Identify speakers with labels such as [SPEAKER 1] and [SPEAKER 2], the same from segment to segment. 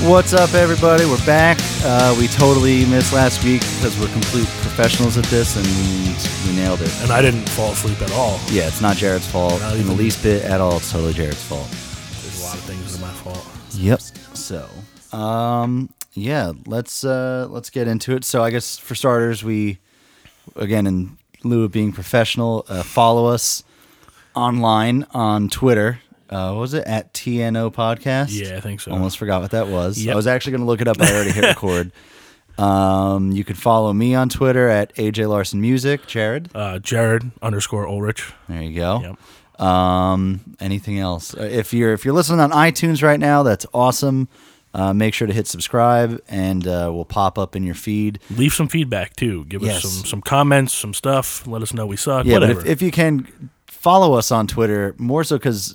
[SPEAKER 1] What's up, everybody? We're back. Uh, we totally missed last week because we're complete professionals at this, and we nailed it.
[SPEAKER 2] And I didn't fall asleep at all.
[SPEAKER 1] Yeah, it's not Jared's fault
[SPEAKER 2] Not
[SPEAKER 1] in the
[SPEAKER 2] even-
[SPEAKER 1] least bit at all. It's totally Jared's fault.
[SPEAKER 2] There's a lot of things that are my fault.
[SPEAKER 1] Yep. So, um, yeah, let's uh, let's get into it. So, I guess for starters, we again in lieu of being professional, uh, follow us online on Twitter. Uh, what was it at TNO Podcast?
[SPEAKER 2] Yeah, I think so.
[SPEAKER 1] Almost forgot what that was. I
[SPEAKER 2] Yep.
[SPEAKER 1] was actually going to look it up. but I already hit record. Um, you can follow me on Twitter at AJ Larson Music. Jared,
[SPEAKER 2] Uh, Jared underscore Ulrich.
[SPEAKER 1] there you go.
[SPEAKER 2] Yep.
[SPEAKER 1] Um, anything else? Uh, If you're if you're listening on iTunes right now, that's awesome. Uh, make sure to hit subscribe, and uh, we'll pop up in your feed.
[SPEAKER 2] Leave some feedback too. Give
[SPEAKER 1] Yes.
[SPEAKER 2] us some some comments, some stuff. Let us know we suck.
[SPEAKER 1] Yeah, but
[SPEAKER 2] whatever.
[SPEAKER 1] if, if you can follow us on Twitter, more so because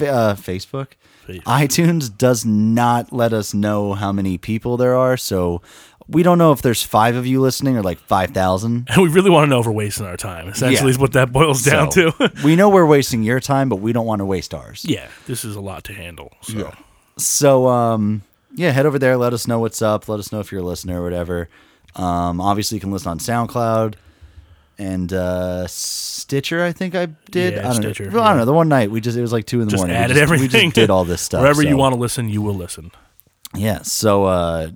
[SPEAKER 1] uh, Facebook,
[SPEAKER 2] Fa-
[SPEAKER 1] iTunes does not let us know how many people there are, so we don't know if there's five of you listening or like five thousand.
[SPEAKER 2] and we really want to know if we're wasting our time. Essentially,
[SPEAKER 1] Yeah.
[SPEAKER 2] is what that boils down
[SPEAKER 1] So,
[SPEAKER 2] to.
[SPEAKER 1] we know we're wasting your time, but we don't want to waste ours.
[SPEAKER 2] yeah, this is a lot to handle. So. Yeah.
[SPEAKER 1] So um yeah, head over there, let us know what's up, let us know if you're a listener or whatever. Um obviously you can listen on SoundCloud and uh Stitcher, I think I did.
[SPEAKER 2] Yeah,
[SPEAKER 1] I don't
[SPEAKER 2] Stitcher,
[SPEAKER 1] know. Well, I don't
[SPEAKER 2] yeah.
[SPEAKER 1] know. The one night we just it was like two in the
[SPEAKER 2] Just
[SPEAKER 1] morning.
[SPEAKER 2] added
[SPEAKER 1] we just,
[SPEAKER 2] everything.
[SPEAKER 1] We just did all this stuff.
[SPEAKER 2] Wherever you
[SPEAKER 1] so-
[SPEAKER 2] want to listen, you will listen.
[SPEAKER 1] Yeah. So uh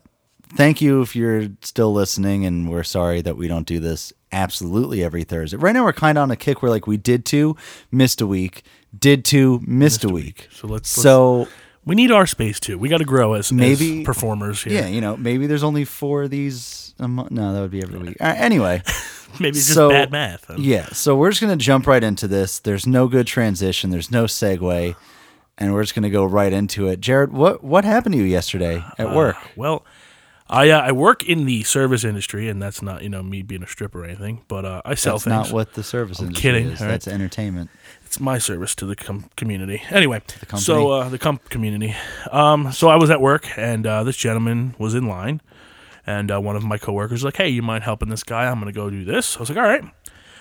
[SPEAKER 1] thank you if you're still listening and we're sorry that we don't do this absolutely every Thursday. Right now we're kinda on a kick where like we did two, missed a week, did two, missed, a week.
[SPEAKER 2] So let's- let's-
[SPEAKER 1] So
[SPEAKER 2] We need our space too. We got to grow as
[SPEAKER 1] Maybe-
[SPEAKER 2] as performers. Here.
[SPEAKER 1] Yeah, you know, maybe there's only four of these. A mo- no, that would be every week. Uh, anyway,
[SPEAKER 2] maybe it's just
[SPEAKER 1] so-
[SPEAKER 2] bad math. I don't-
[SPEAKER 1] yeah. So we're just gonna jump right into this. There's no good transition. There's no segue, and we're just gonna go right into it. Jared, what what happened to you yesterday at work?
[SPEAKER 2] Uh, Well, I uh, I work in the service industry, and that's not you know me being a stripper or anything, but uh, I sell
[SPEAKER 1] That's
[SPEAKER 2] things.
[SPEAKER 1] not what the service industry
[SPEAKER 2] kidding,
[SPEAKER 1] is.
[SPEAKER 2] all right.
[SPEAKER 1] That's entertainment.
[SPEAKER 2] it's my service to the com- community. Anyway,
[SPEAKER 1] company.
[SPEAKER 2] so uh, the comp community. Um, so I was at work, and uh, this gentleman was in line, and uh, one of my coworkers was like, "Hey, you mind helping this guy? I'm gonna go do this." I was like, "All right."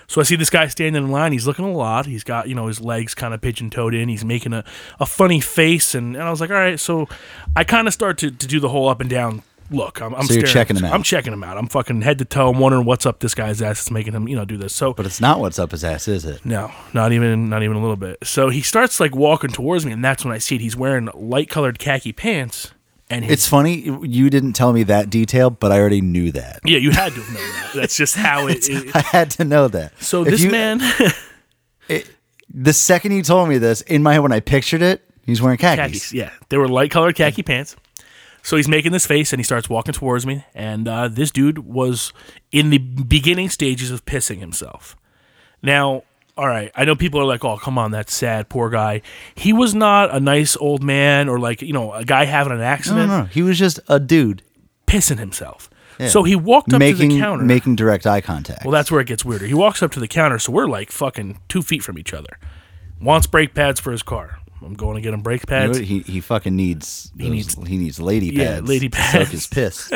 [SPEAKER 2] So I see this guy standing in line. He's looking a lot. He's got you know his legs kind of pigeon-toed in. He's making a, a funny face, and, and I was like, "All right." So I kind of start to, to do the whole up and down look. I'm, I'm
[SPEAKER 1] So you're
[SPEAKER 2] staring-
[SPEAKER 1] checking him out.
[SPEAKER 2] I'm checking him out. I'm fucking head to toe. I'm wondering what's up this guy's ass. It's making him you know do this. So
[SPEAKER 1] But it's not what's up his ass, is it?
[SPEAKER 2] no, not even not even a little bit. So he starts like walking towards me, and that's when I see it. He's wearing light colored khaki pants, and his,
[SPEAKER 1] It's funny you didn't tell me that detail, but I already knew that.
[SPEAKER 2] yeah, you had to have known that. That's just how it. it
[SPEAKER 1] I had to know that.
[SPEAKER 2] so
[SPEAKER 1] If
[SPEAKER 2] this
[SPEAKER 1] you-
[SPEAKER 2] man,
[SPEAKER 1] the second you told me this, in my head when I pictured it, he's wearing
[SPEAKER 2] khakis, yeah, they were light colored khaki pants. So he's making this face, and he starts walking towards me, and uh, this dude was in the beginning stages of pissing himself. Now, all right, I know people are like, "Oh, come on, that's sad, poor guy." He was not a nice old man, or like you know, a guy having an accident.
[SPEAKER 1] No, no, no. He was just a dude
[SPEAKER 2] pissing himself. So he walked up
[SPEAKER 1] making
[SPEAKER 2] to the counter.
[SPEAKER 1] making direct eye contact.
[SPEAKER 2] well, that's where it gets weirder. He walks up to the counter, so we're like fucking two feet from each other. Wants brake pads for his car. I'm going to get him brake
[SPEAKER 1] You know
[SPEAKER 2] pads.
[SPEAKER 1] what? he he fucking needs he needs he needs lady pads.
[SPEAKER 2] Yeah, lady
[SPEAKER 1] to Soak
[SPEAKER 2] pads.
[SPEAKER 1] his piss.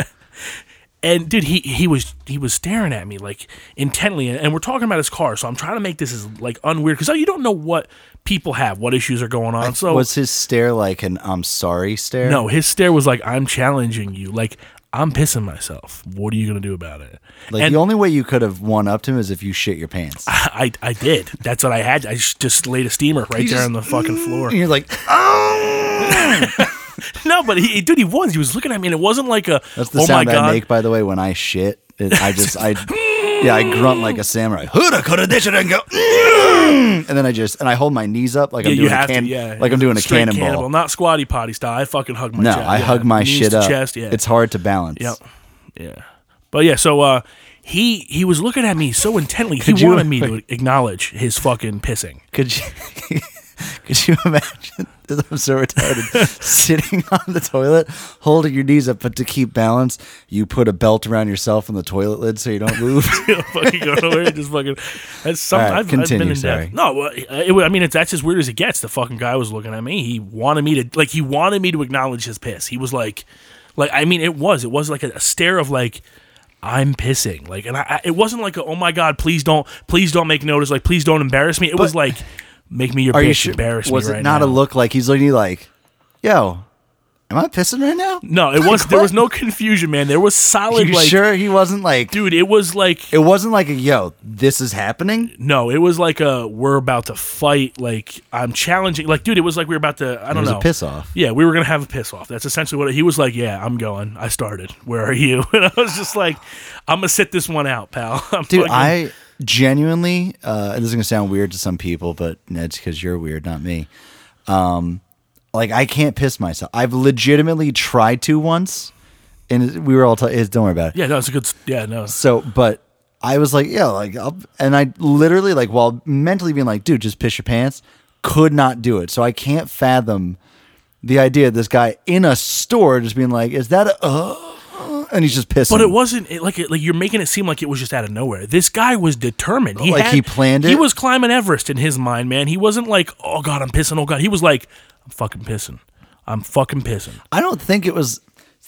[SPEAKER 2] and dude, he he was he was staring at me like intently, and, and we're talking about his car. So I'm trying to make this as like unweird because you don't know what people have, what issues are going on. So
[SPEAKER 1] Was his stare like an "I'm sorry" stare?
[SPEAKER 2] No, his stare was like, "I'm challenging you. Like I'm pissing myself. What are you gonna do about it?"
[SPEAKER 1] Like
[SPEAKER 2] and Ah,
[SPEAKER 1] the only way you could have won up to him is if you shit your pants.
[SPEAKER 2] I I did. That's what I had. I just- just laid a steamer right there
[SPEAKER 1] just-
[SPEAKER 2] on the fucking floor.
[SPEAKER 1] And you're like,
[SPEAKER 2] No, but he, dude, he was. He was looking at me, and it wasn't like a.
[SPEAKER 1] that's the
[SPEAKER 2] oh
[SPEAKER 1] sound
[SPEAKER 2] my
[SPEAKER 1] I
[SPEAKER 2] god!
[SPEAKER 1] make, by the way, when I shit. It, I just I yeah, I grunt like a samurai. Huda coulda dish it and go, "Mm." and then I just and I hold my knees up like
[SPEAKER 2] yeah,
[SPEAKER 1] I'm
[SPEAKER 2] you
[SPEAKER 1] doing a
[SPEAKER 2] have
[SPEAKER 1] can,
[SPEAKER 2] to. Yeah,
[SPEAKER 1] like I'm doing a
[SPEAKER 2] Straight
[SPEAKER 1] cannonball.
[SPEAKER 2] not squatty potty style. I fucking hug my.
[SPEAKER 1] No,
[SPEAKER 2] chest.
[SPEAKER 1] I
[SPEAKER 2] yeah.
[SPEAKER 1] hug my
[SPEAKER 2] Knees
[SPEAKER 1] shit
[SPEAKER 2] to
[SPEAKER 1] up.
[SPEAKER 2] Chest, yeah.
[SPEAKER 1] It's hard to balance.
[SPEAKER 2] Yep. Yeah. But yeah, so uh, he he was looking at me so intently. He
[SPEAKER 1] Could you-
[SPEAKER 2] wanted me to acknowledge his fucking pissing.
[SPEAKER 1] Could you could you imagine? I'm so retarded. Sitting on the toilet, holding your knees up, but to keep balance, you put a belt around yourself and the toilet lid so you don't move.
[SPEAKER 2] You know, fucking go nowhere. Just fucking. That's something
[SPEAKER 1] All right,
[SPEAKER 2] I've, I've
[SPEAKER 1] continue,
[SPEAKER 2] been in
[SPEAKER 1] sorry.
[SPEAKER 2] depth. No, uh, it, wa- I mean it's that's as weird as it gets. The fucking guy was looking at me. He wanted me to like. He wanted me to acknowledge his piss. He was like, like I mean it was. It was like a, a stare of like. I'm pissing, like, and I, I. It wasn't like, a, oh my god, please don't, please don't make notice, like, please don't embarrass me. It was like, make me your
[SPEAKER 1] Are you
[SPEAKER 2] piss,
[SPEAKER 1] sure?
[SPEAKER 2] embarrass
[SPEAKER 1] Was
[SPEAKER 2] me
[SPEAKER 1] it
[SPEAKER 2] right
[SPEAKER 1] not
[SPEAKER 2] now.
[SPEAKER 1] a look like he's looking at you like, yo, Am I pissing right now?
[SPEAKER 2] No, it was there was no confusion, man. There was solid
[SPEAKER 1] You
[SPEAKER 2] like
[SPEAKER 1] sure he wasn't like?
[SPEAKER 2] dude, it was like
[SPEAKER 1] It wasn't like a yo. This is happening.
[SPEAKER 2] no, it was like a we're about to fight, like I'm challenging like dude, it was like we were about to I
[SPEAKER 1] It
[SPEAKER 2] don't
[SPEAKER 1] was
[SPEAKER 2] know.
[SPEAKER 1] a piss off.
[SPEAKER 2] Yeah, we were gonna have a piss off. That's essentially what it- he was like. Yeah, I'm going. I started. Where are you? And I was just like, I'm gonna sit this one out, pal. I'm
[SPEAKER 1] Dude,
[SPEAKER 2] fucking-
[SPEAKER 1] I genuinely, uh, and this is gonna sound weird to some people, but it's because you're weird, not me. Um, like I can't piss myself. I've legitimately tried to once, and we were all. T- it's- don't worry about it.
[SPEAKER 2] yeah, no, it's a good. s- Yeah, no,
[SPEAKER 1] So, but I was like, yeah, like, I'll, and I literally like while mentally being like, dude, just piss your pants, could not do it. So I can't fathom the idea of this guy in a store just being like, is that a, uh, and he's just pissing.
[SPEAKER 2] But it wasn't it, like it, like you're making it seem like it was just out of nowhere. This guy was determined. He
[SPEAKER 1] Like
[SPEAKER 2] had-
[SPEAKER 1] he planned
[SPEAKER 2] He
[SPEAKER 1] it?
[SPEAKER 2] was climbing Everest in his mind, man. He wasn't like, oh god, I'm pissing. Oh god, he was like, I'm fucking pissing. I'm fucking pissing.
[SPEAKER 1] I don't think it was.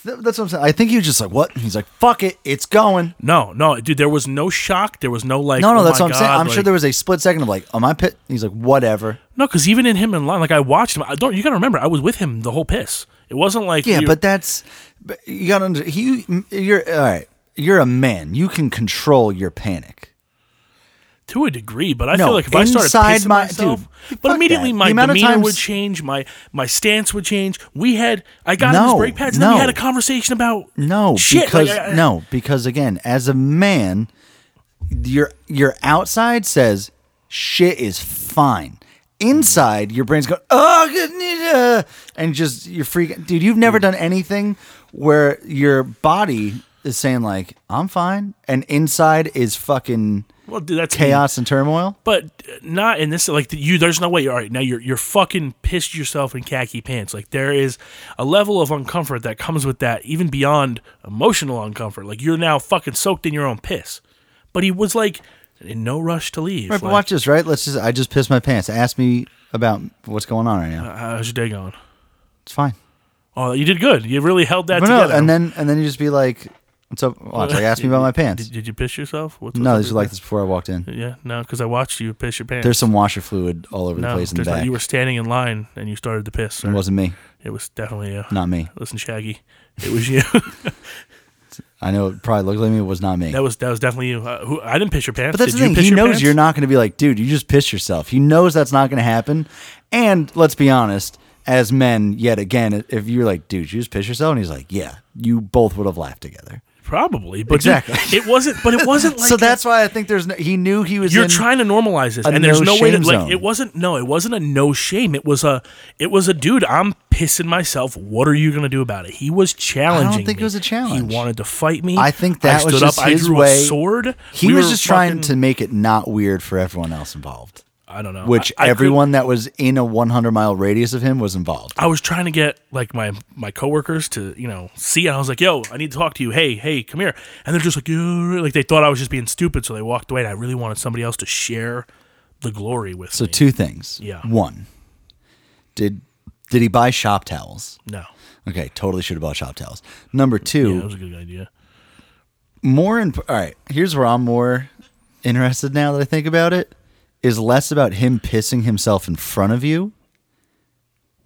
[SPEAKER 1] th- That's what I'm saying. I think he was just like, what? He's like, fuck it, it's going.
[SPEAKER 2] No, no, dude. There was no shock. There was no like.
[SPEAKER 1] No, no,
[SPEAKER 2] oh
[SPEAKER 1] that's
[SPEAKER 2] my
[SPEAKER 1] what I'm saying.
[SPEAKER 2] God,
[SPEAKER 1] I'm sure
[SPEAKER 2] like-
[SPEAKER 1] there was a split second of like, am I pit? He's like, whatever.
[SPEAKER 2] No, because even in him in line, like I watched him. I don't. You gotta remember, I was with him the whole piss. It wasn't like
[SPEAKER 1] Yeah,
[SPEAKER 2] you-
[SPEAKER 1] but that's but you got to under. He, you're all right. You're a man. You can control your panic.
[SPEAKER 2] to a degree, but I
[SPEAKER 1] No,
[SPEAKER 2] feel like if I started
[SPEAKER 1] inside
[SPEAKER 2] pissing
[SPEAKER 1] my-
[SPEAKER 2] myself,
[SPEAKER 1] dude,
[SPEAKER 2] but
[SPEAKER 1] fuck
[SPEAKER 2] immediately
[SPEAKER 1] that.
[SPEAKER 2] my
[SPEAKER 1] The amount of
[SPEAKER 2] demeanor
[SPEAKER 1] times-
[SPEAKER 2] would change, my my stance would change. We had I got in his
[SPEAKER 1] No,
[SPEAKER 2] brake pads, and then we
[SPEAKER 1] no.
[SPEAKER 2] had a conversation about
[SPEAKER 1] No,
[SPEAKER 2] shit,
[SPEAKER 1] because
[SPEAKER 2] like, I- I-
[SPEAKER 1] no, because again, as a man, your your outside says shit is fine. Inside, your brain's going, oh, good, need, uh," and just you're freaking, dude. You've never done anything where your body is saying like, "I'm fine," and inside is fucking
[SPEAKER 2] Well, dude, that's
[SPEAKER 1] chaos and turmoil.
[SPEAKER 2] but uh, not in this. Like you, there's no way. All right, now you're you're fucking pissed yourself in khaki pants. Like there is a level of uncomfort that comes with that, even beyond emotional uncomfort. Like you're now fucking soaked in your own piss. But he was like in no rush to leave.
[SPEAKER 1] Right, but
[SPEAKER 2] Like,
[SPEAKER 1] watch this, right? Let's just, I just pissed my pants. Ask me about what's going on right now.
[SPEAKER 2] "Ah, how's your day going?
[SPEAKER 1] It's fine.
[SPEAKER 2] Oh, you did good. You really held that
[SPEAKER 1] But no,
[SPEAKER 2] together.
[SPEAKER 1] and then and then you just be like, "What's up?" Watch, like, ask me about my pants.
[SPEAKER 2] Did, did you piss yourself? What's,
[SPEAKER 1] No,
[SPEAKER 2] what's
[SPEAKER 1] these
[SPEAKER 2] up
[SPEAKER 1] are like this before I walked in.
[SPEAKER 2] with- Yeah, no, because I watched you piss your pants.
[SPEAKER 1] There's some washer fluid all over the
[SPEAKER 2] no,
[SPEAKER 1] place in the
[SPEAKER 2] there's not-
[SPEAKER 1] back.
[SPEAKER 2] you were standing in line and you started to piss.
[SPEAKER 1] It
[SPEAKER 2] sir.
[SPEAKER 1] wasn't me,
[SPEAKER 2] It was definitely you.
[SPEAKER 1] not me.
[SPEAKER 2] Listen, Shaggy, it was you.
[SPEAKER 1] I know it probably looked like me. It was not me.
[SPEAKER 2] that was that was definitely you. Uh, who, I didn't piss your pants.
[SPEAKER 1] but that's
[SPEAKER 2] Did
[SPEAKER 1] the
[SPEAKER 2] you
[SPEAKER 1] thing.
[SPEAKER 2] piss
[SPEAKER 1] He
[SPEAKER 2] your
[SPEAKER 1] knows
[SPEAKER 2] pants?
[SPEAKER 1] you're not going to be like, dude, you just pissed yourself. He knows that's not going to happen. And let's be honest, as men, yet again, if you're like, dude, you just piss yourself, and he's like, yeah, you both would have laughed together.
[SPEAKER 2] probably, but
[SPEAKER 1] Exactly.
[SPEAKER 2] dude, it wasn't. But it wasn't like
[SPEAKER 1] so that's why I think there's. No, he knew he was.
[SPEAKER 2] you're
[SPEAKER 1] in,
[SPEAKER 2] trying to normalize this,
[SPEAKER 1] a
[SPEAKER 2] and there's
[SPEAKER 1] no
[SPEAKER 2] no way to
[SPEAKER 1] shame
[SPEAKER 2] like.
[SPEAKER 1] zone.
[SPEAKER 2] It wasn't no, it wasn't a no shame. It was a it was a dude. I'm pissing myself. What are you gonna do about it? He was challenging.
[SPEAKER 1] think
[SPEAKER 2] me.
[SPEAKER 1] it was a challenge.
[SPEAKER 2] He wanted to fight me.
[SPEAKER 1] I think that
[SPEAKER 2] I
[SPEAKER 1] was
[SPEAKER 2] stood
[SPEAKER 1] just
[SPEAKER 2] up. I
[SPEAKER 1] his
[SPEAKER 2] drew
[SPEAKER 1] way.
[SPEAKER 2] a sword.
[SPEAKER 1] He
[SPEAKER 2] We
[SPEAKER 1] was
[SPEAKER 2] were
[SPEAKER 1] just trying
[SPEAKER 2] fucking-
[SPEAKER 1] to make it not weird for everyone else involved.
[SPEAKER 2] I don't know.
[SPEAKER 1] Which
[SPEAKER 2] I- I could-
[SPEAKER 1] everyone that was in a 100 mile radius of him was involved.
[SPEAKER 2] I was trying to get like my my coworkers to you know see, and I was like, "Yo, I need to talk to you. Hey, hey, come here." And they're just like, "Yeah," like they thought I was just being stupid, so they walked away. And I really wanted somebody else to share the glory with
[SPEAKER 1] So
[SPEAKER 2] me.
[SPEAKER 1] two things.
[SPEAKER 2] Yeah.
[SPEAKER 1] One, did did he buy shop towels?
[SPEAKER 2] No,
[SPEAKER 1] Okay, totally should have bought shop towels. Number two,
[SPEAKER 2] that was a good idea.
[SPEAKER 1] more imp- all right. Here's where I'm more interested now that I think about it. Is less about him pissing himself in front of you.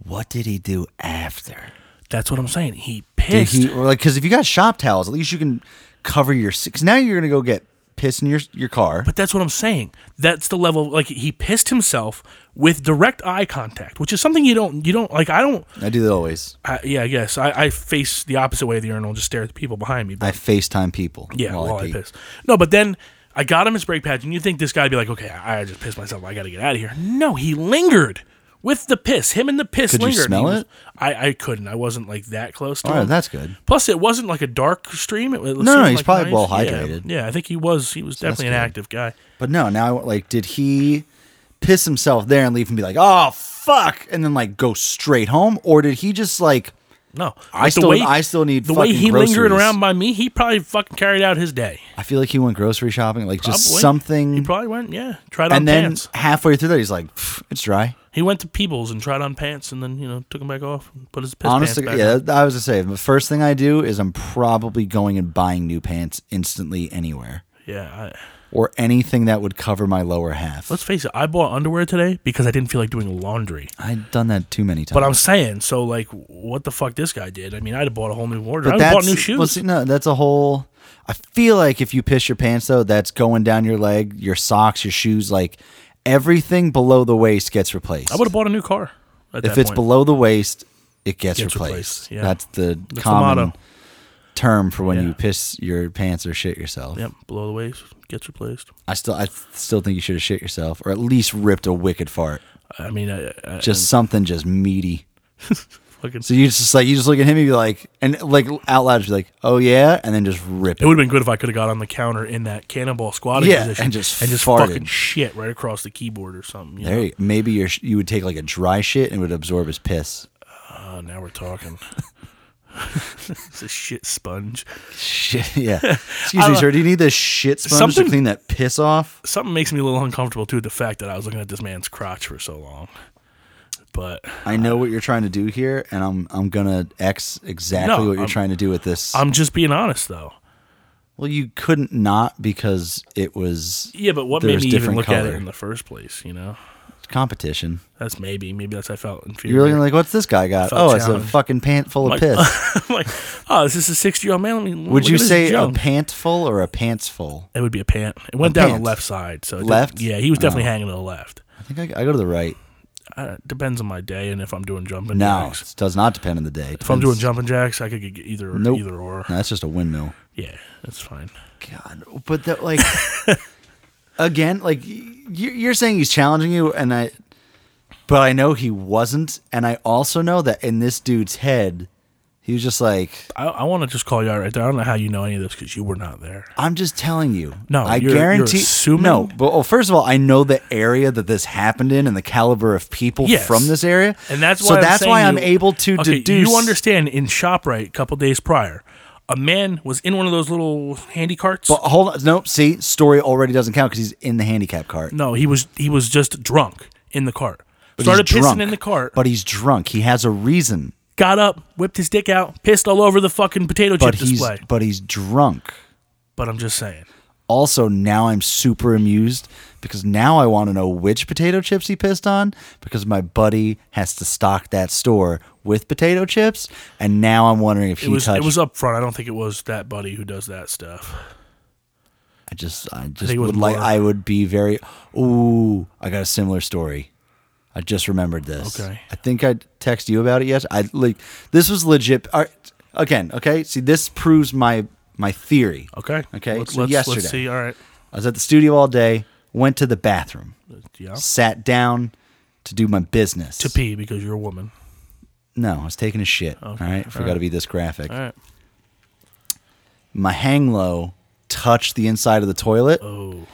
[SPEAKER 1] What did he do after?
[SPEAKER 2] That's what I'm saying. He
[SPEAKER 1] Did
[SPEAKER 2] pissed.
[SPEAKER 1] he or like because if you got shop towels, at least you can cover your six. Now you're gonna go get piss in your your car.
[SPEAKER 2] But that's what I'm saying. That's the level. Like he pissed himself with direct eye contact, which is something you don't. You don't like. I don't.
[SPEAKER 1] I do that always.
[SPEAKER 2] I, yeah, I guess I, I face the opposite way of the urinal and just stare at the people behind me. But
[SPEAKER 1] I FaceTime people.
[SPEAKER 2] Yeah, while, I,
[SPEAKER 1] pee.
[SPEAKER 2] piss. No, but then I got him his brake pads, and you think this guy'd be like, okay, I, I just pissed myself. I got to get out of here. No, he lingered with the piss. Him and the piss
[SPEAKER 1] Could you
[SPEAKER 2] lingered. He
[SPEAKER 1] smell
[SPEAKER 2] was-
[SPEAKER 1] it?
[SPEAKER 2] I, I couldn't. I wasn't like that close to
[SPEAKER 1] All right,
[SPEAKER 2] him.
[SPEAKER 1] that's good.
[SPEAKER 2] Plus, it wasn't like a dark stream. It, was- it
[SPEAKER 1] No, no,
[SPEAKER 2] seemed
[SPEAKER 1] he's
[SPEAKER 2] like
[SPEAKER 1] probably
[SPEAKER 2] nice.
[SPEAKER 1] well
[SPEAKER 2] Yeah,
[SPEAKER 1] hydrated.
[SPEAKER 2] Yeah, I think he was. He was definitely an
[SPEAKER 1] good.
[SPEAKER 2] active guy.
[SPEAKER 1] But no, now like, did he piss himself there and leave and be like, oh fuck, and then like go straight home, or did he just like
[SPEAKER 2] No,
[SPEAKER 1] I
[SPEAKER 2] Like, the
[SPEAKER 1] still- I still need
[SPEAKER 2] the way
[SPEAKER 1] fucking
[SPEAKER 2] he lingered
[SPEAKER 1] groceries.
[SPEAKER 2] around by me. He probably fucking carried out his day.
[SPEAKER 1] I feel like he went grocery shopping, like just
[SPEAKER 2] Probably. He
[SPEAKER 1] something,
[SPEAKER 2] probably went. Yeah, tried on
[SPEAKER 1] and then
[SPEAKER 2] pants.
[SPEAKER 1] halfway through that he's like, "Pff, it's dry.
[SPEAKER 2] He went to Peebles and tried on pants, and then you know took them back off and put his piss
[SPEAKER 1] Honestly,
[SPEAKER 2] pants back
[SPEAKER 1] yeah, I was gonna say the first thing I do is I'm probably going and buying new pants instantly anywhere.
[SPEAKER 2] Yeah, I,
[SPEAKER 1] or anything that would cover my lower half.
[SPEAKER 2] Let's face it, I bought underwear today because I didn't feel like doing laundry.
[SPEAKER 1] I've done that too many times.
[SPEAKER 2] But I'm saying, so like, what the fuck this guy did? I mean, I'd have bought a whole new wardrobe. I'd have bought new shoes.
[SPEAKER 1] well, see, no, that's a whole. I feel like if you piss your pants though, that's going down your leg, your socks, your shoes, like everything below the waist gets replaced.
[SPEAKER 2] I would have bought a new car. At
[SPEAKER 1] if
[SPEAKER 2] that
[SPEAKER 1] it's
[SPEAKER 2] point.
[SPEAKER 1] below the waist, it gets,
[SPEAKER 2] Gets
[SPEAKER 1] replaced.
[SPEAKER 2] replaced, yeah.
[SPEAKER 1] That's the
[SPEAKER 2] the
[SPEAKER 1] common
[SPEAKER 2] motto.
[SPEAKER 1] term for when
[SPEAKER 2] Yeah.
[SPEAKER 1] you piss your pants or shit yourself.
[SPEAKER 2] yep, below the waist gets replaced.
[SPEAKER 1] I still, I still think you should have shit yourself, or at least ripped a wicked fart.
[SPEAKER 2] I mean, I, I,
[SPEAKER 1] Just something, just meaty.
[SPEAKER 2] fucking.
[SPEAKER 1] So you just like you just look at him and be like, and like out loud, just be like, "Oh yeah," and then just rip
[SPEAKER 2] It
[SPEAKER 1] it.
[SPEAKER 2] would have been good if I could have got on the counter in that cannonball squatting
[SPEAKER 1] Yeah,
[SPEAKER 2] position
[SPEAKER 1] and just farted.
[SPEAKER 2] fucking shit right across the keyboard or something. You
[SPEAKER 1] There,
[SPEAKER 2] know?
[SPEAKER 1] you, maybe your sh- you would take like a dry shit and it would absorb his piss.
[SPEAKER 2] Oh, now we're talking. it's a shit sponge.
[SPEAKER 1] Shit, yeah. Excuse me,
[SPEAKER 2] I-
[SPEAKER 1] sir. Do you need this shit sponge
[SPEAKER 2] Something-
[SPEAKER 1] to clean that piss off?
[SPEAKER 2] Something makes me a little uncomfortable too. The fact that I was looking at this man's crotch for so long, but
[SPEAKER 1] I know what you're trying to do here, and I'm I'm gonna X exactly
[SPEAKER 2] No,
[SPEAKER 1] what you're
[SPEAKER 2] I'm-
[SPEAKER 1] trying to do with this.
[SPEAKER 2] I'm just being honest though.
[SPEAKER 1] well, you couldn't not because it was
[SPEAKER 2] Yeah, but what
[SPEAKER 1] There was
[SPEAKER 2] made me even
[SPEAKER 1] different
[SPEAKER 2] look at
[SPEAKER 1] color.
[SPEAKER 2] it in the first place? You know,
[SPEAKER 1] competition.
[SPEAKER 2] that's maybe maybe that's how I felt inferior.
[SPEAKER 1] You're looking like, what's this guy got?
[SPEAKER 2] Felt
[SPEAKER 1] Oh, it's a
[SPEAKER 2] challenged.
[SPEAKER 1] fucking pant full of
[SPEAKER 2] Like-
[SPEAKER 1] piss.
[SPEAKER 2] I'm like, oh, is this a sixty year old man? Let me,
[SPEAKER 1] Would
[SPEAKER 2] look
[SPEAKER 1] you
[SPEAKER 2] at his
[SPEAKER 1] say a
[SPEAKER 2] junk."
[SPEAKER 1] pant full or a pants full?
[SPEAKER 2] It would be a pant. It went down
[SPEAKER 1] pant.
[SPEAKER 2] the left side. So it didn't-
[SPEAKER 1] Left? Oh.
[SPEAKER 2] Yeah, he was definitely hanging to the left.
[SPEAKER 1] I think I, I go to the right.
[SPEAKER 2] Uh, depends on my day and if I'm doing jumping
[SPEAKER 1] No,
[SPEAKER 2] jacks.
[SPEAKER 1] it does not depend on the day.
[SPEAKER 2] If I'm doing
[SPEAKER 1] Depends-
[SPEAKER 2] jumping jacks, I could get either
[SPEAKER 1] Nope.
[SPEAKER 2] either or.
[SPEAKER 1] no, that's just a windmill.
[SPEAKER 2] Yeah, that's fine.
[SPEAKER 1] God, but that like again, like y- you're you're saying he's challenging you, and I, but I know he wasn't, and I also know that in this dude's head, he was just like,
[SPEAKER 2] I, I want to just call you out right there. I don't know how you know any of this because you were not there.
[SPEAKER 1] "I'm just telling you."
[SPEAKER 2] No,
[SPEAKER 1] I
[SPEAKER 2] you're- you're
[SPEAKER 1] guarantee.
[SPEAKER 2] assuming-
[SPEAKER 1] No, but well, first of all, I know the area that this happened in and the caliber of people
[SPEAKER 2] Yes.
[SPEAKER 1] from this area,
[SPEAKER 2] And that's why
[SPEAKER 1] so
[SPEAKER 2] I'm
[SPEAKER 1] that's why
[SPEAKER 2] saying
[SPEAKER 1] I'm
[SPEAKER 2] you-
[SPEAKER 1] able to
[SPEAKER 2] okay,
[SPEAKER 1] deduce.
[SPEAKER 2] You understand in ShopRite a couple days prior, a man was in one of those little handy carts.
[SPEAKER 1] But hold on, nope. See, story already doesn't count because he's in the handicap cart.
[SPEAKER 2] no, he was he was just drunk in the cart.
[SPEAKER 1] But he's
[SPEAKER 2] Started pissing
[SPEAKER 1] drunk,
[SPEAKER 2] in the cart.
[SPEAKER 1] but he's drunk. He has a reason.
[SPEAKER 2] got up, whipped his dick out, pissed all over the fucking potato chip
[SPEAKER 1] but he's
[SPEAKER 2] display.
[SPEAKER 1] but he's drunk.
[SPEAKER 2] But I'm just saying.
[SPEAKER 1] Also, now I'm super amused because now I want to know which potato chips he pissed on because my buddy has to stock that store with potato chips, and now I'm wondering if
[SPEAKER 2] It
[SPEAKER 1] he
[SPEAKER 2] was
[SPEAKER 1] touched.
[SPEAKER 2] it was up front. I don't think it was that buddy who does that stuff.
[SPEAKER 1] I just I just
[SPEAKER 2] it was
[SPEAKER 1] would like
[SPEAKER 2] more.
[SPEAKER 1] I would be very. Ooh, I got a similar story. I just remembered this.
[SPEAKER 2] Okay.
[SPEAKER 1] I think I texted you about it. Yes, I like this was legit. all right, again, okay. See, this proves my my theory.
[SPEAKER 2] Okay.
[SPEAKER 1] Okay,
[SPEAKER 2] Let's
[SPEAKER 1] so
[SPEAKER 2] let's,
[SPEAKER 1] yesterday.
[SPEAKER 2] let's see. All right.
[SPEAKER 1] I was at the studio all day. Went to the bathroom.
[SPEAKER 2] Yeah.
[SPEAKER 1] sat down to do my business.
[SPEAKER 2] To pee because you're a woman.
[SPEAKER 1] no, I was taking a shit.
[SPEAKER 2] Okay,
[SPEAKER 1] All right, forgot
[SPEAKER 2] alright.
[SPEAKER 1] to be this graphic.
[SPEAKER 2] All right.
[SPEAKER 1] My hang low touched the inside of the toilet.
[SPEAKER 2] Oh.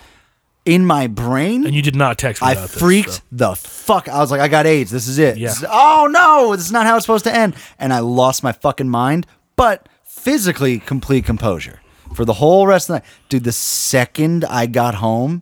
[SPEAKER 1] In my brain,
[SPEAKER 2] And you did not text me
[SPEAKER 1] I
[SPEAKER 2] about
[SPEAKER 1] freaked
[SPEAKER 2] this. so-
[SPEAKER 1] the fuck. I was like, I got AIDS. This is it.
[SPEAKER 2] Yeah.
[SPEAKER 1] This is- oh no, this is not how it's supposed to end. And I lost my fucking mind, but physically complete composure for the whole rest of the night. Dude, the second I got home,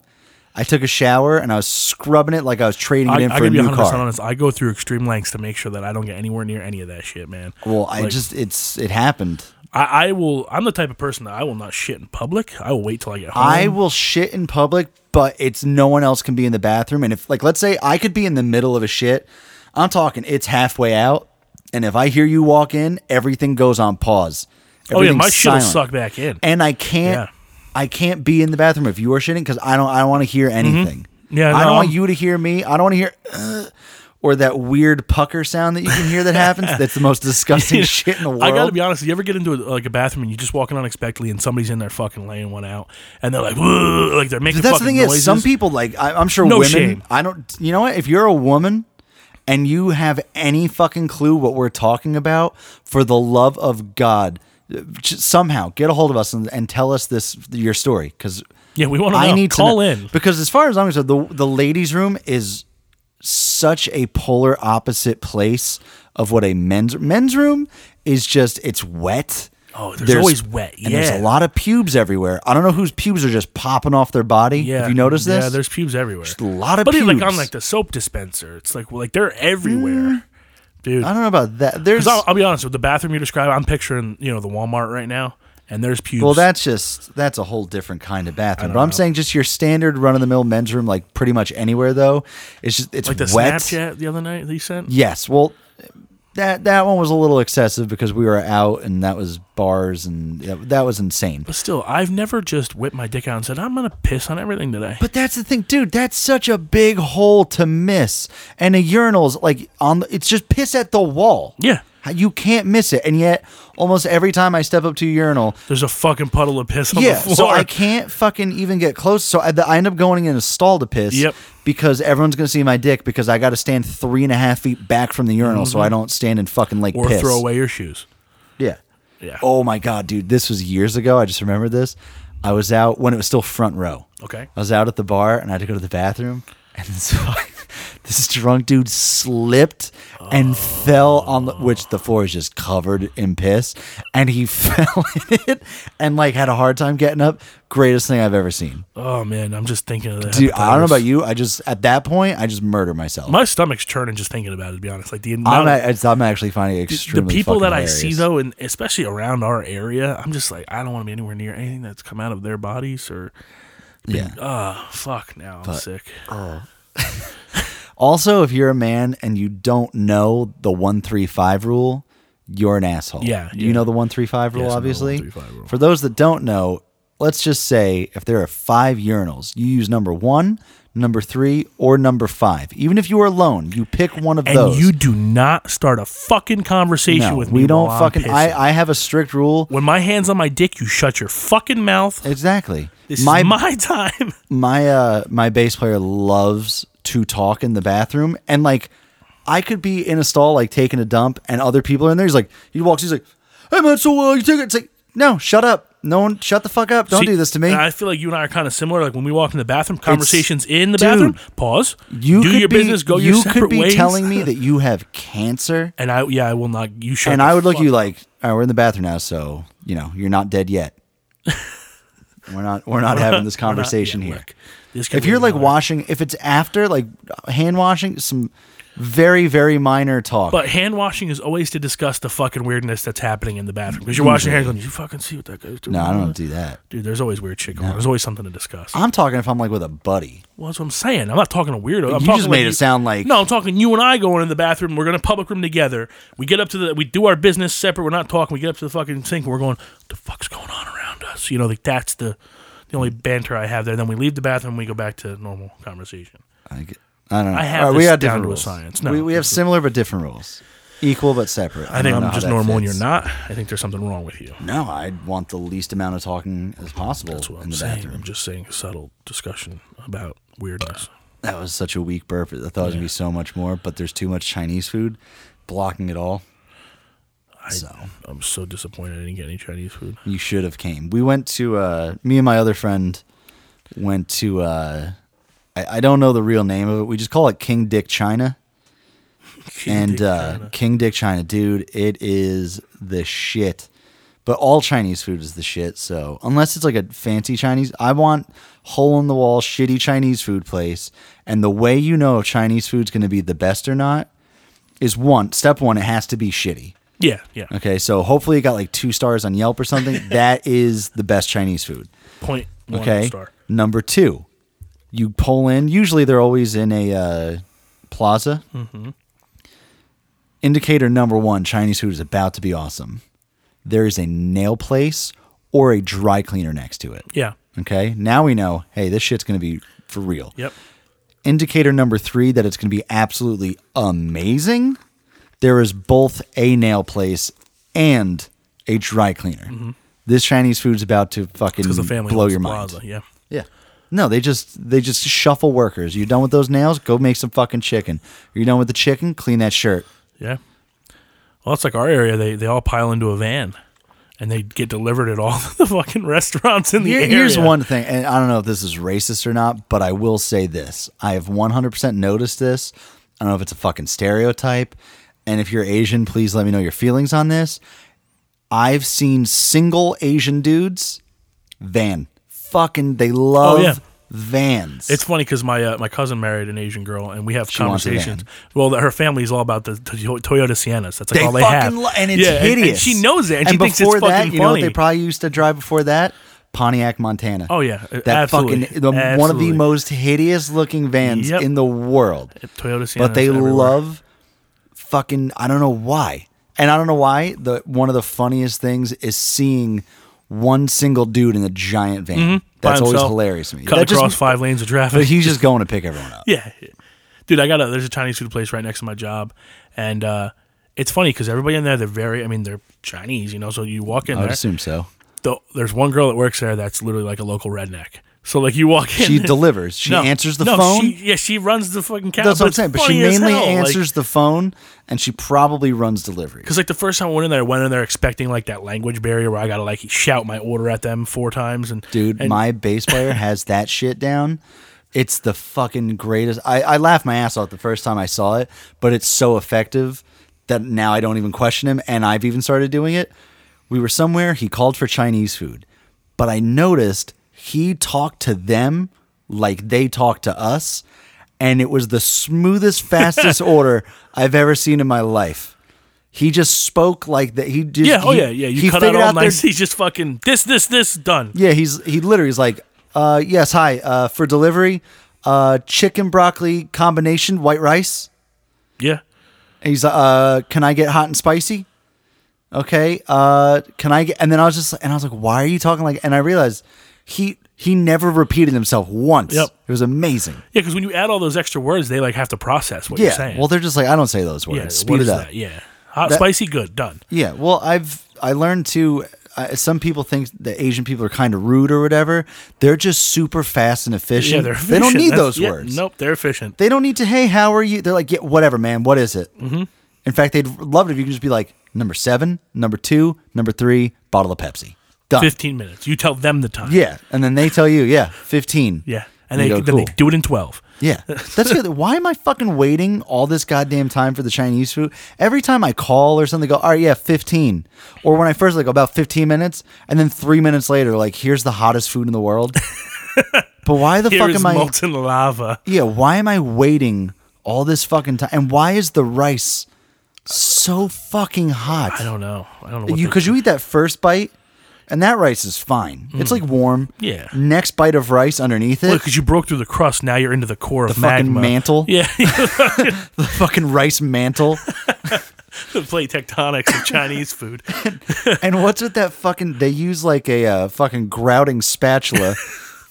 [SPEAKER 1] I took a shower and I was scrubbing it like I was trading it
[SPEAKER 2] I,
[SPEAKER 1] in
[SPEAKER 2] I
[SPEAKER 1] for a
[SPEAKER 2] can be
[SPEAKER 1] new
[SPEAKER 2] 100
[SPEAKER 1] car.
[SPEAKER 2] percent honest. I go through extreme lengths to make sure that I don't get anywhere near any of that shit, man.
[SPEAKER 1] Well, I
[SPEAKER 2] Like,
[SPEAKER 1] just it's it happened.
[SPEAKER 2] I, I will. I'm the type of person that I will not shit in public. I will wait till I get home.
[SPEAKER 1] I will shit in public, but it's no one else can be in the bathroom. And if like let's say I could be in the middle of a shit, I'm talking it's halfway out, and if I hear you walk in, everything goes on pause.
[SPEAKER 2] oh yeah, my
[SPEAKER 1] Everything's
[SPEAKER 2] shit will
[SPEAKER 1] silent.
[SPEAKER 2] suck back in.
[SPEAKER 1] And I can't
[SPEAKER 2] Yeah.
[SPEAKER 1] I can't be in the bathroom if you are shitting because I don't I don't want to hear anything.
[SPEAKER 2] Mm-hmm. Yeah,
[SPEAKER 1] I
[SPEAKER 2] no,
[SPEAKER 1] don't want
[SPEAKER 2] I'm-
[SPEAKER 1] you to hear me. I don't want to hear uh, or that weird pucker sound that you can hear that happens. That's the most disgusting shit in the world.
[SPEAKER 2] I gotta be honest. You ever get into a, like a bathroom and you just walk in unexpectedly and somebody's in there fucking laying one out and they're like, Whoa, like they're making
[SPEAKER 1] That's the
[SPEAKER 2] fucking
[SPEAKER 1] thing
[SPEAKER 2] noises.
[SPEAKER 1] is, some people like I, I'm sure
[SPEAKER 2] No
[SPEAKER 1] women.
[SPEAKER 2] shame.
[SPEAKER 1] I don't. You know what? If you're a woman and you have any fucking clue what we're talking about, for the love of God, j- somehow get a hold of us and, and tell us this your story because
[SPEAKER 2] yeah, we want to.
[SPEAKER 1] I need to
[SPEAKER 2] Oh, call
[SPEAKER 1] know-
[SPEAKER 2] in.
[SPEAKER 1] because as far as I'm concerned, the the ladies' room is such a polar opposite place of what a men's men's room is. Just it's wet.
[SPEAKER 2] Oh, there's always wet,
[SPEAKER 1] and there's
[SPEAKER 2] yeah.
[SPEAKER 1] a lot of pubes everywhere. I don't know whose pubes are just popping off their body.
[SPEAKER 2] Yeah,
[SPEAKER 1] Have you noticed this?
[SPEAKER 2] Yeah, there's pubes everywhere. Just
[SPEAKER 1] a lot of
[SPEAKER 2] but it's like
[SPEAKER 1] pubes. Mm.
[SPEAKER 2] on like the soap dispenser. It's like well, like they're everywhere. dude.
[SPEAKER 1] I don't know about that. There's
[SPEAKER 2] 'Cause I'll, I'll be honest with the bathroom you describe. I'm picturing you know the Walmart right now, and there's pubes.
[SPEAKER 1] well, that's just that's a whole different kind of bathroom. But I'm
[SPEAKER 2] know.
[SPEAKER 1] saying just your standard run of the mill men's room, like pretty much anywhere though. It's just it's
[SPEAKER 2] like the
[SPEAKER 1] wet.
[SPEAKER 2] Snapchat the other night that you sent.
[SPEAKER 1] Yes. Well, that that one was a little excessive because we were out and that was bars and that, that was insane.
[SPEAKER 2] But still, I've never just whipped my dick out and said I'm gonna piss on everything today.
[SPEAKER 1] But that's the thing, dude. That's such a big hole to miss. And a urinal's like on. The, it's just piss at the wall.
[SPEAKER 2] yeah,
[SPEAKER 1] You can't miss it. And yet, almost every time I step up to a urinal,
[SPEAKER 2] there's a fucking puddle of piss on
[SPEAKER 1] yeah.
[SPEAKER 2] the floor.
[SPEAKER 1] So I can't fucking even get close. So I, I end up going in a stall to piss.
[SPEAKER 2] Yep.
[SPEAKER 1] Because everyone's gonna see my dick because I got to stand three and a half feet back from the urinal so I don't stand and fucking like
[SPEAKER 2] Mm-hmm. or
[SPEAKER 1] piss.
[SPEAKER 2] throw away your shoes.
[SPEAKER 1] Yeah.
[SPEAKER 2] Yeah.
[SPEAKER 1] Oh my god, dude, this was years ago. I just remembered this. I was out when it was still front row.
[SPEAKER 2] Okay.
[SPEAKER 1] I was out at the bar and I had to go to the bathroom, and this this drunk dude slipped and fell on the which the floor is just covered in piss, and he fell in it and like had a hard time getting up. Greatest thing I've ever seen,
[SPEAKER 2] Oh man, I'm just thinking of that.
[SPEAKER 1] dude. I don't know
[SPEAKER 2] hepatitis.
[SPEAKER 1] about you. I just at that point I just murder myself.
[SPEAKER 2] My stomach's churning just thinking about it. To be honest, like the
[SPEAKER 1] I'm,
[SPEAKER 2] amount of-
[SPEAKER 1] at, it's- I'm actually finding it
[SPEAKER 2] the
[SPEAKER 1] extremely
[SPEAKER 2] people
[SPEAKER 1] fucking
[SPEAKER 2] that I
[SPEAKER 1] hilarious.
[SPEAKER 2] see though, and especially around our area, I'm just like I don't want to be anywhere near anything that's come out of their bodies or.
[SPEAKER 1] Yeah.
[SPEAKER 2] Ah, fuck! Now I'm sick.
[SPEAKER 1] Also, if you're a man and you don't know the one three five rule, you're an asshole.
[SPEAKER 2] Yeah,
[SPEAKER 1] you
[SPEAKER 2] yeah.
[SPEAKER 1] know the one three five rule,
[SPEAKER 2] Yes, I know the
[SPEAKER 1] obviously.
[SPEAKER 2] 135 rule.
[SPEAKER 1] For those that don't know, let's just say if there are five urinals, you use number one, number three, or number five. Even if you are alone, you pick one of
[SPEAKER 2] And
[SPEAKER 1] those.
[SPEAKER 2] you do not start a fucking conversation
[SPEAKER 1] no,
[SPEAKER 2] with me.
[SPEAKER 1] we don't
[SPEAKER 2] while I'm
[SPEAKER 1] fucking.
[SPEAKER 2] pissing.
[SPEAKER 1] I I have a strict rule.
[SPEAKER 2] when my hands on my dick, you shut your fucking mouth.
[SPEAKER 1] Exactly.
[SPEAKER 2] This
[SPEAKER 1] my
[SPEAKER 2] is my time.
[SPEAKER 1] my uh my bass player loves to talk in the bathroom and like I could be in a stall like taking a dump and other people are in there. He's like he walks, he's like, Hey man, so uh, you take it it's like, no, shut up. No one shut the fuck up. Don't
[SPEAKER 2] See, uh,
[SPEAKER 1] do this to me.
[SPEAKER 2] and I feel like you and I are kind of similar. Like when we walk in the bathroom, conversations in the
[SPEAKER 1] dude,
[SPEAKER 2] bathroom. Pause.
[SPEAKER 1] you
[SPEAKER 2] do
[SPEAKER 1] could
[SPEAKER 2] your
[SPEAKER 1] be,
[SPEAKER 2] business. Go
[SPEAKER 1] you
[SPEAKER 2] your separate
[SPEAKER 1] could be
[SPEAKER 2] ways.
[SPEAKER 1] telling me that you have cancer.
[SPEAKER 2] And I, yeah, I will not. You shut.
[SPEAKER 1] and
[SPEAKER 2] the
[SPEAKER 1] I would look at
[SPEAKER 2] fuck-
[SPEAKER 1] you like, all right, we're in the bathroom now, so you know, you're not dead yet. we're not we're not having this
[SPEAKER 2] We're not- yeah,
[SPEAKER 1] conversation here.
[SPEAKER 2] look, this could
[SPEAKER 1] if
[SPEAKER 2] be
[SPEAKER 1] you're like
[SPEAKER 2] another-
[SPEAKER 1] washing, if it's after like hand washing, some very very minor talk.
[SPEAKER 2] But hand washing is always to discuss the fucking weirdness that's happening in the bathroom because you're washing your hands. Going, Did you fucking see what that guy's doing?
[SPEAKER 1] no, I don't do that.
[SPEAKER 2] Dude, there's always weird shit going on. There's always something to discuss.
[SPEAKER 1] I'm talking if I'm like with a buddy.
[SPEAKER 2] Well, that's what I'm saying. I'm not talking to weirdo. I'm
[SPEAKER 1] You
[SPEAKER 2] talking
[SPEAKER 1] just made
[SPEAKER 2] like
[SPEAKER 1] it sound like-
[SPEAKER 2] no. I'm talking you and I going in the bathroom. We're going to public room together. We get up to the. We do our business separate. We're not talking. We get up to the fucking sink. and We're going. What the fuck's going on around us? You know, like that's the the only banter I have there. Then we leave the bathroom. and We go back to normal conversation.
[SPEAKER 1] I, g- I don't know.
[SPEAKER 2] I have
[SPEAKER 1] All right, we
[SPEAKER 2] this
[SPEAKER 1] got
[SPEAKER 2] down
[SPEAKER 1] different
[SPEAKER 2] to a
[SPEAKER 1] rules.
[SPEAKER 2] science. No,
[SPEAKER 1] we, we have
[SPEAKER 2] this is-
[SPEAKER 1] similar but different rules, equal but separate.
[SPEAKER 2] I
[SPEAKER 1] don't
[SPEAKER 2] think
[SPEAKER 1] know
[SPEAKER 2] I'm
[SPEAKER 1] how
[SPEAKER 2] just
[SPEAKER 1] that
[SPEAKER 2] normal and you're
[SPEAKER 1] fits.
[SPEAKER 2] not. I think there's something wrong with you.
[SPEAKER 1] No, I want the least amount of talking as possible
[SPEAKER 2] That's what
[SPEAKER 1] in
[SPEAKER 2] I'm
[SPEAKER 1] the
[SPEAKER 2] saying.
[SPEAKER 1] bathroom.
[SPEAKER 2] I'm just saying subtle discussion about weirdness.
[SPEAKER 1] That was such a weak burp. I thought it was gonna be so much more, but there's too much Chinese food blocking it all.
[SPEAKER 2] I, I'm so disappointed I didn't get any Chinese food.
[SPEAKER 1] You should have came. We went to uh, me and my other friend went to uh, I, I don't know the real name of it. We just call it King Dick China. and uh, King Dick China, dude, it is the shit. But all Chinese food is the shit. So unless it's like a fancy Chinese, I want hole in the wall shitty Chinese food place. And the way you know if Chinese food's going to be the best or not is one step one. It has to be shitty.
[SPEAKER 2] yeah, yeah.
[SPEAKER 1] Okay, so hopefully it got like two stars on Yelp or something. that is the best Chinese food.
[SPEAKER 2] Point one
[SPEAKER 1] Okay.
[SPEAKER 2] star.
[SPEAKER 1] Number two, you pull in. Usually they're always in a uh, plaza.
[SPEAKER 2] Mm-hmm.
[SPEAKER 1] Indicator number one: Chinese food is about to be awesome. There is a nail place or a dry cleaner next to it.
[SPEAKER 2] Yeah.
[SPEAKER 1] Okay, now we know. Hey, this shit's gonna be for real
[SPEAKER 2] Yep.
[SPEAKER 1] indicator number three that it's going to be absolutely amazing. There is both a nail place and a dry cleaner. This Chinese food's about to fucking
[SPEAKER 2] Because Mm-hmm. the family
[SPEAKER 1] Mm, blow
[SPEAKER 2] owns
[SPEAKER 1] your
[SPEAKER 2] the
[SPEAKER 1] mind.
[SPEAKER 2] plaza. Yeah.
[SPEAKER 1] Yeah. No, they just they just shuffle workers. You're done with those nails? Go make some fucking chicken. You're done with the chicken? Clean that shirt.
[SPEAKER 2] Yeah. Well, it's like our area. They they all pile into a van, and they get delivered at all the fucking restaurants in the
[SPEAKER 1] Here-
[SPEAKER 2] area.
[SPEAKER 1] here's one thing, and I don't know if this is racist or not, but I will say this: I have 100% noticed this. I don't know if it's a fucking stereotype, and if you're Asian, please let me know your feelings on this. I've seen single Asian dudes van fucking. They love
[SPEAKER 2] Oh, yeah.
[SPEAKER 1] Vans.
[SPEAKER 2] It's funny because my uh, my cousin married an Asian girl, and we have
[SPEAKER 1] She wants a
[SPEAKER 2] conversations. Well, her family's all about the, the Toyota Siennas. That's like
[SPEAKER 1] they
[SPEAKER 2] all they
[SPEAKER 1] fucking
[SPEAKER 2] have,
[SPEAKER 1] lo- and it's
[SPEAKER 2] yeah, and-
[SPEAKER 1] hideous.
[SPEAKER 2] And, she knows it, and, she
[SPEAKER 1] And
[SPEAKER 2] thinks it's
[SPEAKER 1] before
[SPEAKER 2] fucking
[SPEAKER 1] that,
[SPEAKER 2] funny.
[SPEAKER 1] you know what they probably used to drive before that? Pontiac, Montana.
[SPEAKER 2] oh yeah,
[SPEAKER 1] that fucking the, one of the most hideous looking vans
[SPEAKER 2] Yep.
[SPEAKER 1] in the world.
[SPEAKER 2] Toyota Siennas,
[SPEAKER 1] but they
[SPEAKER 2] everywhere.
[SPEAKER 1] love fucking I don't know why. And I don't know why the one of the funniest things is seeing one single dude in a giant van.
[SPEAKER 2] Mm-hmm. By
[SPEAKER 1] That's always
[SPEAKER 2] himself,
[SPEAKER 1] hilarious to me.
[SPEAKER 2] Cut
[SPEAKER 1] That just-
[SPEAKER 2] across five lanes of traffic.
[SPEAKER 1] but he's just going to pick everyone up.
[SPEAKER 2] Yeah, dude, I got a there's a Chinese food place right next to my job, and uh, it's funny because everybody in there they're very I mean they're Chinese, you know. So you walk in
[SPEAKER 1] I would
[SPEAKER 2] there,
[SPEAKER 1] assume so.
[SPEAKER 2] the, there's one girl that works there that's literally like a local redneck. So like you walk in,
[SPEAKER 1] She delivers. She
[SPEAKER 2] No,
[SPEAKER 1] answers the
[SPEAKER 2] no,
[SPEAKER 1] phone.
[SPEAKER 2] She, yeah, she runs the fucking counter.
[SPEAKER 1] That's what I'm saying. But she mainly answers
[SPEAKER 2] Like,
[SPEAKER 1] the phone, and she probably runs delivery.
[SPEAKER 2] Cause like the first time I went in there, I went in there expecting like that language barrier where I gotta like shout my order at them four times and
[SPEAKER 1] Dude,
[SPEAKER 2] and
[SPEAKER 1] my bass player has that shit down. It's the fucking greatest. I, I laughed my ass off the first time I saw it, but it's so effective that now I don't even question him. And I've even started doing it. We were somewhere, he called for Chinese food, but I noticed he talked to them like they talked to us. And it was the smoothest, fastest order I've ever seen in my life. He just spoke like that. He just
[SPEAKER 2] yeah, oh
[SPEAKER 1] he-
[SPEAKER 2] yeah, yeah. You
[SPEAKER 1] he
[SPEAKER 2] cut out
[SPEAKER 1] figured
[SPEAKER 2] all
[SPEAKER 1] their-
[SPEAKER 2] nice. He's just fucking this, this, this done.
[SPEAKER 1] yeah, he's he literally is like, uh, yes, hi, uh, for delivery, uh, chicken broccoli combination white rice.
[SPEAKER 2] Yeah,
[SPEAKER 1] And he's uh, can I get hot and spicy? Okay, uh, can I get? And then I was just and I was like, why are you talking like? And I realized he he never repeated himself once.
[SPEAKER 2] Yep.
[SPEAKER 1] it was amazing.
[SPEAKER 2] yeah. Because when you add all those extra words, they like have to process what you're
[SPEAKER 1] Yeah,
[SPEAKER 2] saying.
[SPEAKER 1] well, they're just like I don't say those words.
[SPEAKER 2] yeah,
[SPEAKER 1] Speed
[SPEAKER 2] what
[SPEAKER 1] it
[SPEAKER 2] is
[SPEAKER 1] up.
[SPEAKER 2] that? Yeah, hot,
[SPEAKER 1] That-
[SPEAKER 2] spicy, good, done.
[SPEAKER 1] Yeah, well, I've I learned to. I some people think that Asian people are kind of rude or whatever. They're just super fast and efficient.
[SPEAKER 2] Yeah, they're
[SPEAKER 1] They don't
[SPEAKER 2] efficient.
[SPEAKER 1] need
[SPEAKER 2] That's-
[SPEAKER 1] those
[SPEAKER 2] yeah,
[SPEAKER 1] words.
[SPEAKER 2] Nope, they're efficient.
[SPEAKER 1] They don't need to. Hey, how are you? They're like, yeah, whatever, man. What is it? Mm-hmm. In fact, they'd love it if you could just be like number seven, number two, number three, bottle of Pepsi, done.
[SPEAKER 2] Fifteen minutes. You tell them the time.
[SPEAKER 1] Yeah, and then they tell you, yeah, fifteen.
[SPEAKER 2] yeah, and
[SPEAKER 1] You
[SPEAKER 2] they
[SPEAKER 1] go,
[SPEAKER 2] then
[SPEAKER 1] "Cool."
[SPEAKER 2] they do it in twelve.
[SPEAKER 1] Yeah, that's good. Why am I fucking waiting all this goddamn time for the Chinese food? Every time I call or something, they go, all right, yeah, fifteen. Or when I first like about fifteen minutes, and then three minutes later, like here's the hottest food in the world. but why the
[SPEAKER 2] Here
[SPEAKER 1] fuck
[SPEAKER 2] is
[SPEAKER 1] am I?
[SPEAKER 2] molten lava.
[SPEAKER 1] Yeah, why am I waiting all this fucking time? And why is the rice so fucking hot?
[SPEAKER 2] I don't know. I don't know. What
[SPEAKER 1] You
[SPEAKER 2] they-
[SPEAKER 1] because you eat that first bite, and that rice is fine. It's like warm.
[SPEAKER 2] Mm. Yeah.
[SPEAKER 1] Next bite of rice underneath it,
[SPEAKER 2] Look, because you broke through the crust, now you're into the core of
[SPEAKER 1] fucking
[SPEAKER 2] magma.
[SPEAKER 1] mantle.
[SPEAKER 2] Yeah,
[SPEAKER 1] the fucking rice mantle.
[SPEAKER 2] the plate tectonics of Chinese food.
[SPEAKER 1] and what's with that fucking? They use like a uh, fucking grouting spatula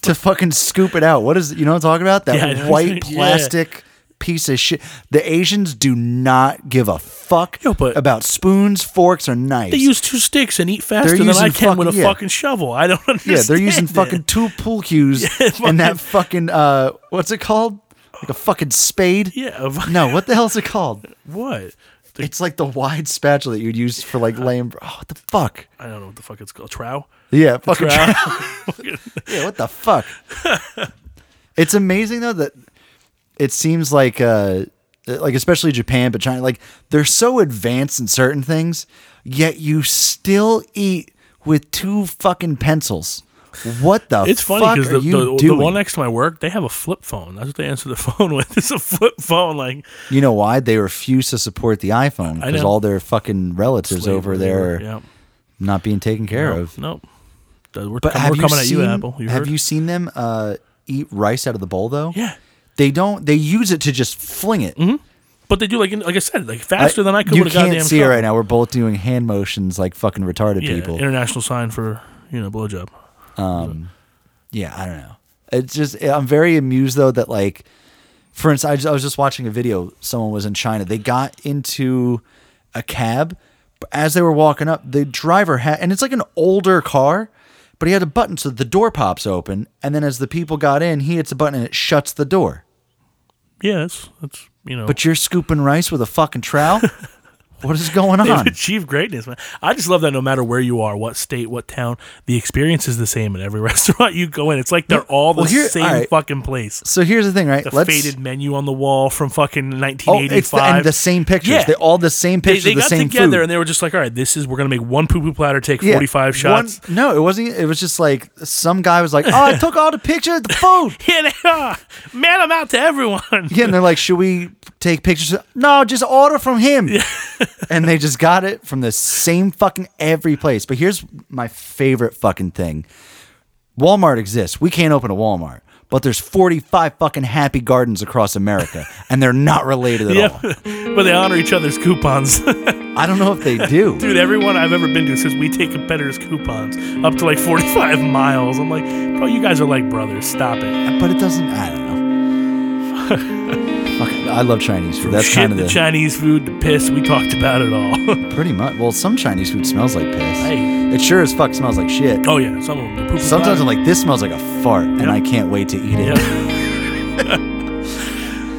[SPEAKER 1] to fucking scoop it out. What is you know what I'm talking about?
[SPEAKER 2] Yeah, I
[SPEAKER 1] That
[SPEAKER 2] know what
[SPEAKER 1] white
[SPEAKER 2] you mean. Yeah.
[SPEAKER 1] plastic. Piece of shit. The Asians do not give a fuck
[SPEAKER 2] Yo, but-
[SPEAKER 1] about spoons, forks, or knives.
[SPEAKER 2] They use two sticks and eat faster than
[SPEAKER 1] using
[SPEAKER 2] I can with a
[SPEAKER 1] fucking- yeah.
[SPEAKER 2] fucking shovel. I don't understand.
[SPEAKER 1] Yeah, they're using
[SPEAKER 2] it.
[SPEAKER 1] fucking two pool cues and that fucking uh, what's it called? Like a fucking spade.
[SPEAKER 2] Yeah, a vi-
[SPEAKER 1] No, what the hell's it called?
[SPEAKER 2] What? The-
[SPEAKER 1] It's like the wide spatula that you'd use for like laying. Oh, what the fuck?
[SPEAKER 2] I don't know what the fuck it's called. Trow.
[SPEAKER 1] Yeah, fucking.
[SPEAKER 2] Trow.
[SPEAKER 1] Yeah, what the fuck? it's amazing though that it seems like uh like especially Japan but China like they're so advanced in certain things yet you still eat with two fucking pencils. What the
[SPEAKER 2] It's funny
[SPEAKER 1] fuck
[SPEAKER 2] because
[SPEAKER 1] are
[SPEAKER 2] the,
[SPEAKER 1] you
[SPEAKER 2] the, the
[SPEAKER 1] doing?
[SPEAKER 2] one next to my work, they have a flip phone. That's what they answer the phone with. It's a flip phone. Like
[SPEAKER 1] you know why they refuse to support the iPhone
[SPEAKER 2] I
[SPEAKER 1] because
[SPEAKER 2] know.
[SPEAKER 1] all their fucking relatives over there are
[SPEAKER 2] Yeah.
[SPEAKER 1] not being taken care
[SPEAKER 2] Nope.
[SPEAKER 1] of.
[SPEAKER 2] nope. Uh, We're,
[SPEAKER 1] But
[SPEAKER 2] com-
[SPEAKER 1] have
[SPEAKER 2] we're
[SPEAKER 1] you
[SPEAKER 2] coming
[SPEAKER 1] seen,
[SPEAKER 2] at you, Apple. You
[SPEAKER 1] have
[SPEAKER 2] heard?
[SPEAKER 1] you seen them uh, eat rice out of the bowl though?
[SPEAKER 2] Yeah.
[SPEAKER 1] They don't. They use it to just fling it.
[SPEAKER 2] But they do like like I said, like faster than I could.
[SPEAKER 1] You
[SPEAKER 2] with a
[SPEAKER 1] can't
[SPEAKER 2] goddamn
[SPEAKER 1] see it
[SPEAKER 2] shovel.
[SPEAKER 1] right now. We're both doing hand motions like fucking retarded
[SPEAKER 2] Yeah,
[SPEAKER 1] people.
[SPEAKER 2] international sign for you know blowjob.
[SPEAKER 1] yeah, I don't know. It's just eh, I'm very amused though that like, for instance, I, just, I was just watching a video. Someone was in China. They got into a cab. but As they were walking up, the driver had, and it's like an older car, but he had a button so the door pops open, and then as the people got in, he hits a button and it shuts the door.
[SPEAKER 2] Yes, that's you know.
[SPEAKER 1] But you're scooping rice with a fucking trowel. What is going
[SPEAKER 2] They've
[SPEAKER 1] on?
[SPEAKER 2] achieved greatness, man. I just love that no matter where you are, what state, what town, the experience is the same in every restaurant you go in. It's like they're all the
[SPEAKER 1] Well, here-
[SPEAKER 2] same
[SPEAKER 1] all right.
[SPEAKER 2] fucking place.
[SPEAKER 1] So here's the thing, right?
[SPEAKER 2] The faded menu on the wall from fucking
[SPEAKER 1] oh, it's the,
[SPEAKER 2] 1985.
[SPEAKER 1] and the same pictures.
[SPEAKER 2] Yeah.
[SPEAKER 1] They all the same
[SPEAKER 2] they,
[SPEAKER 1] pictures.
[SPEAKER 2] they
[SPEAKER 1] of the
[SPEAKER 2] got
[SPEAKER 1] same
[SPEAKER 2] together
[SPEAKER 1] food.
[SPEAKER 2] and they were just like, all right, this is, we're going to make one poo poo platter take
[SPEAKER 1] Yeah.
[SPEAKER 2] 45
[SPEAKER 1] One-
[SPEAKER 2] shots.
[SPEAKER 1] no, it wasn't. e, It was just like some guy was like, "Oh, I took all the pictures of the food."
[SPEAKER 2] Yeah, they are. Man, I'm out to everyone.
[SPEAKER 1] Yeah, and they're like, "Should we take pictures?" No, just order from him. and they just got it from the same fucking every place. But here's my favorite fucking thing: Walmart exists. We can't open a Walmart, but there's 45 fucking Happy Gardens across America, and they're not related at
[SPEAKER 2] Yeah.
[SPEAKER 1] all.
[SPEAKER 2] but they honor each other's coupons.
[SPEAKER 1] I don't know if they do.
[SPEAKER 2] Dude, everyone I've ever been to says we take competitors' coupons up to like 45 miles. I'm like, bro, you guys are like brothers. Stop it.
[SPEAKER 1] but it doesn't. I don't know. Fuck, I love Chinese food. That's
[SPEAKER 2] Shit,
[SPEAKER 1] kind of
[SPEAKER 2] the
[SPEAKER 1] the
[SPEAKER 2] Chinese food, the piss, we talked about it all.
[SPEAKER 1] pretty much. Well, some Chinese food smells like piss.
[SPEAKER 2] Hey.
[SPEAKER 1] It sure as fuck smells like shit.
[SPEAKER 2] oh, yeah, some of them. The poo-poo
[SPEAKER 1] Sometimes I'm
[SPEAKER 2] platter.
[SPEAKER 1] like, this smells like a fart, and
[SPEAKER 2] Yep.
[SPEAKER 1] I can't wait to eat it.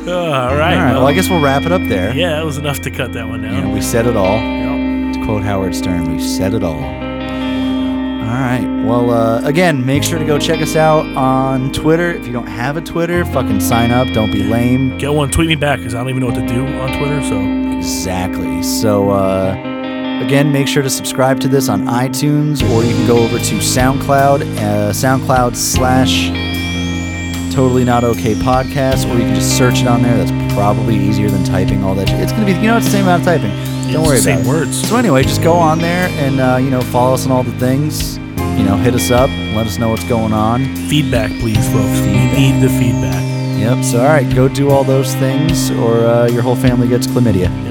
[SPEAKER 2] Yeah. all right.
[SPEAKER 1] All right.
[SPEAKER 2] well,
[SPEAKER 1] Well, I guess we'll wrap it up there.
[SPEAKER 2] yeah, that was enough to cut that one
[SPEAKER 1] You know,
[SPEAKER 2] down.
[SPEAKER 1] we said it all.
[SPEAKER 2] Yeah.
[SPEAKER 1] To quote Howard Stern, we said it all. All right. Well, uh, again, make sure to go check us out on Twitter. If you don't have a Twitter, fucking sign up. Don't be lame.
[SPEAKER 2] Get one, tweet me back because I don't even know what to do on Twitter. So,
[SPEAKER 1] Exactly. So, uh, again, make sure to subscribe to this on iTunes, or you can go over to SoundCloud, uh, SoundCloud slash Totally Not Okay Podcast, or you can just search it on there. That's probably easier than typing all that. Shit. It's gonna be, you know, it's the same amount of typing. Don't
[SPEAKER 2] it's
[SPEAKER 1] worry
[SPEAKER 2] the same
[SPEAKER 1] about
[SPEAKER 2] words.
[SPEAKER 1] it. So anyway, just go on there and uh, you know follow us on all the things. You know, hit us up. Let us know what's going on.
[SPEAKER 2] feedback, please, folks.
[SPEAKER 1] Feedback.
[SPEAKER 2] We need the feedback.
[SPEAKER 1] Yep. So all right, go do all those things, or uh, your whole family gets chlamydia.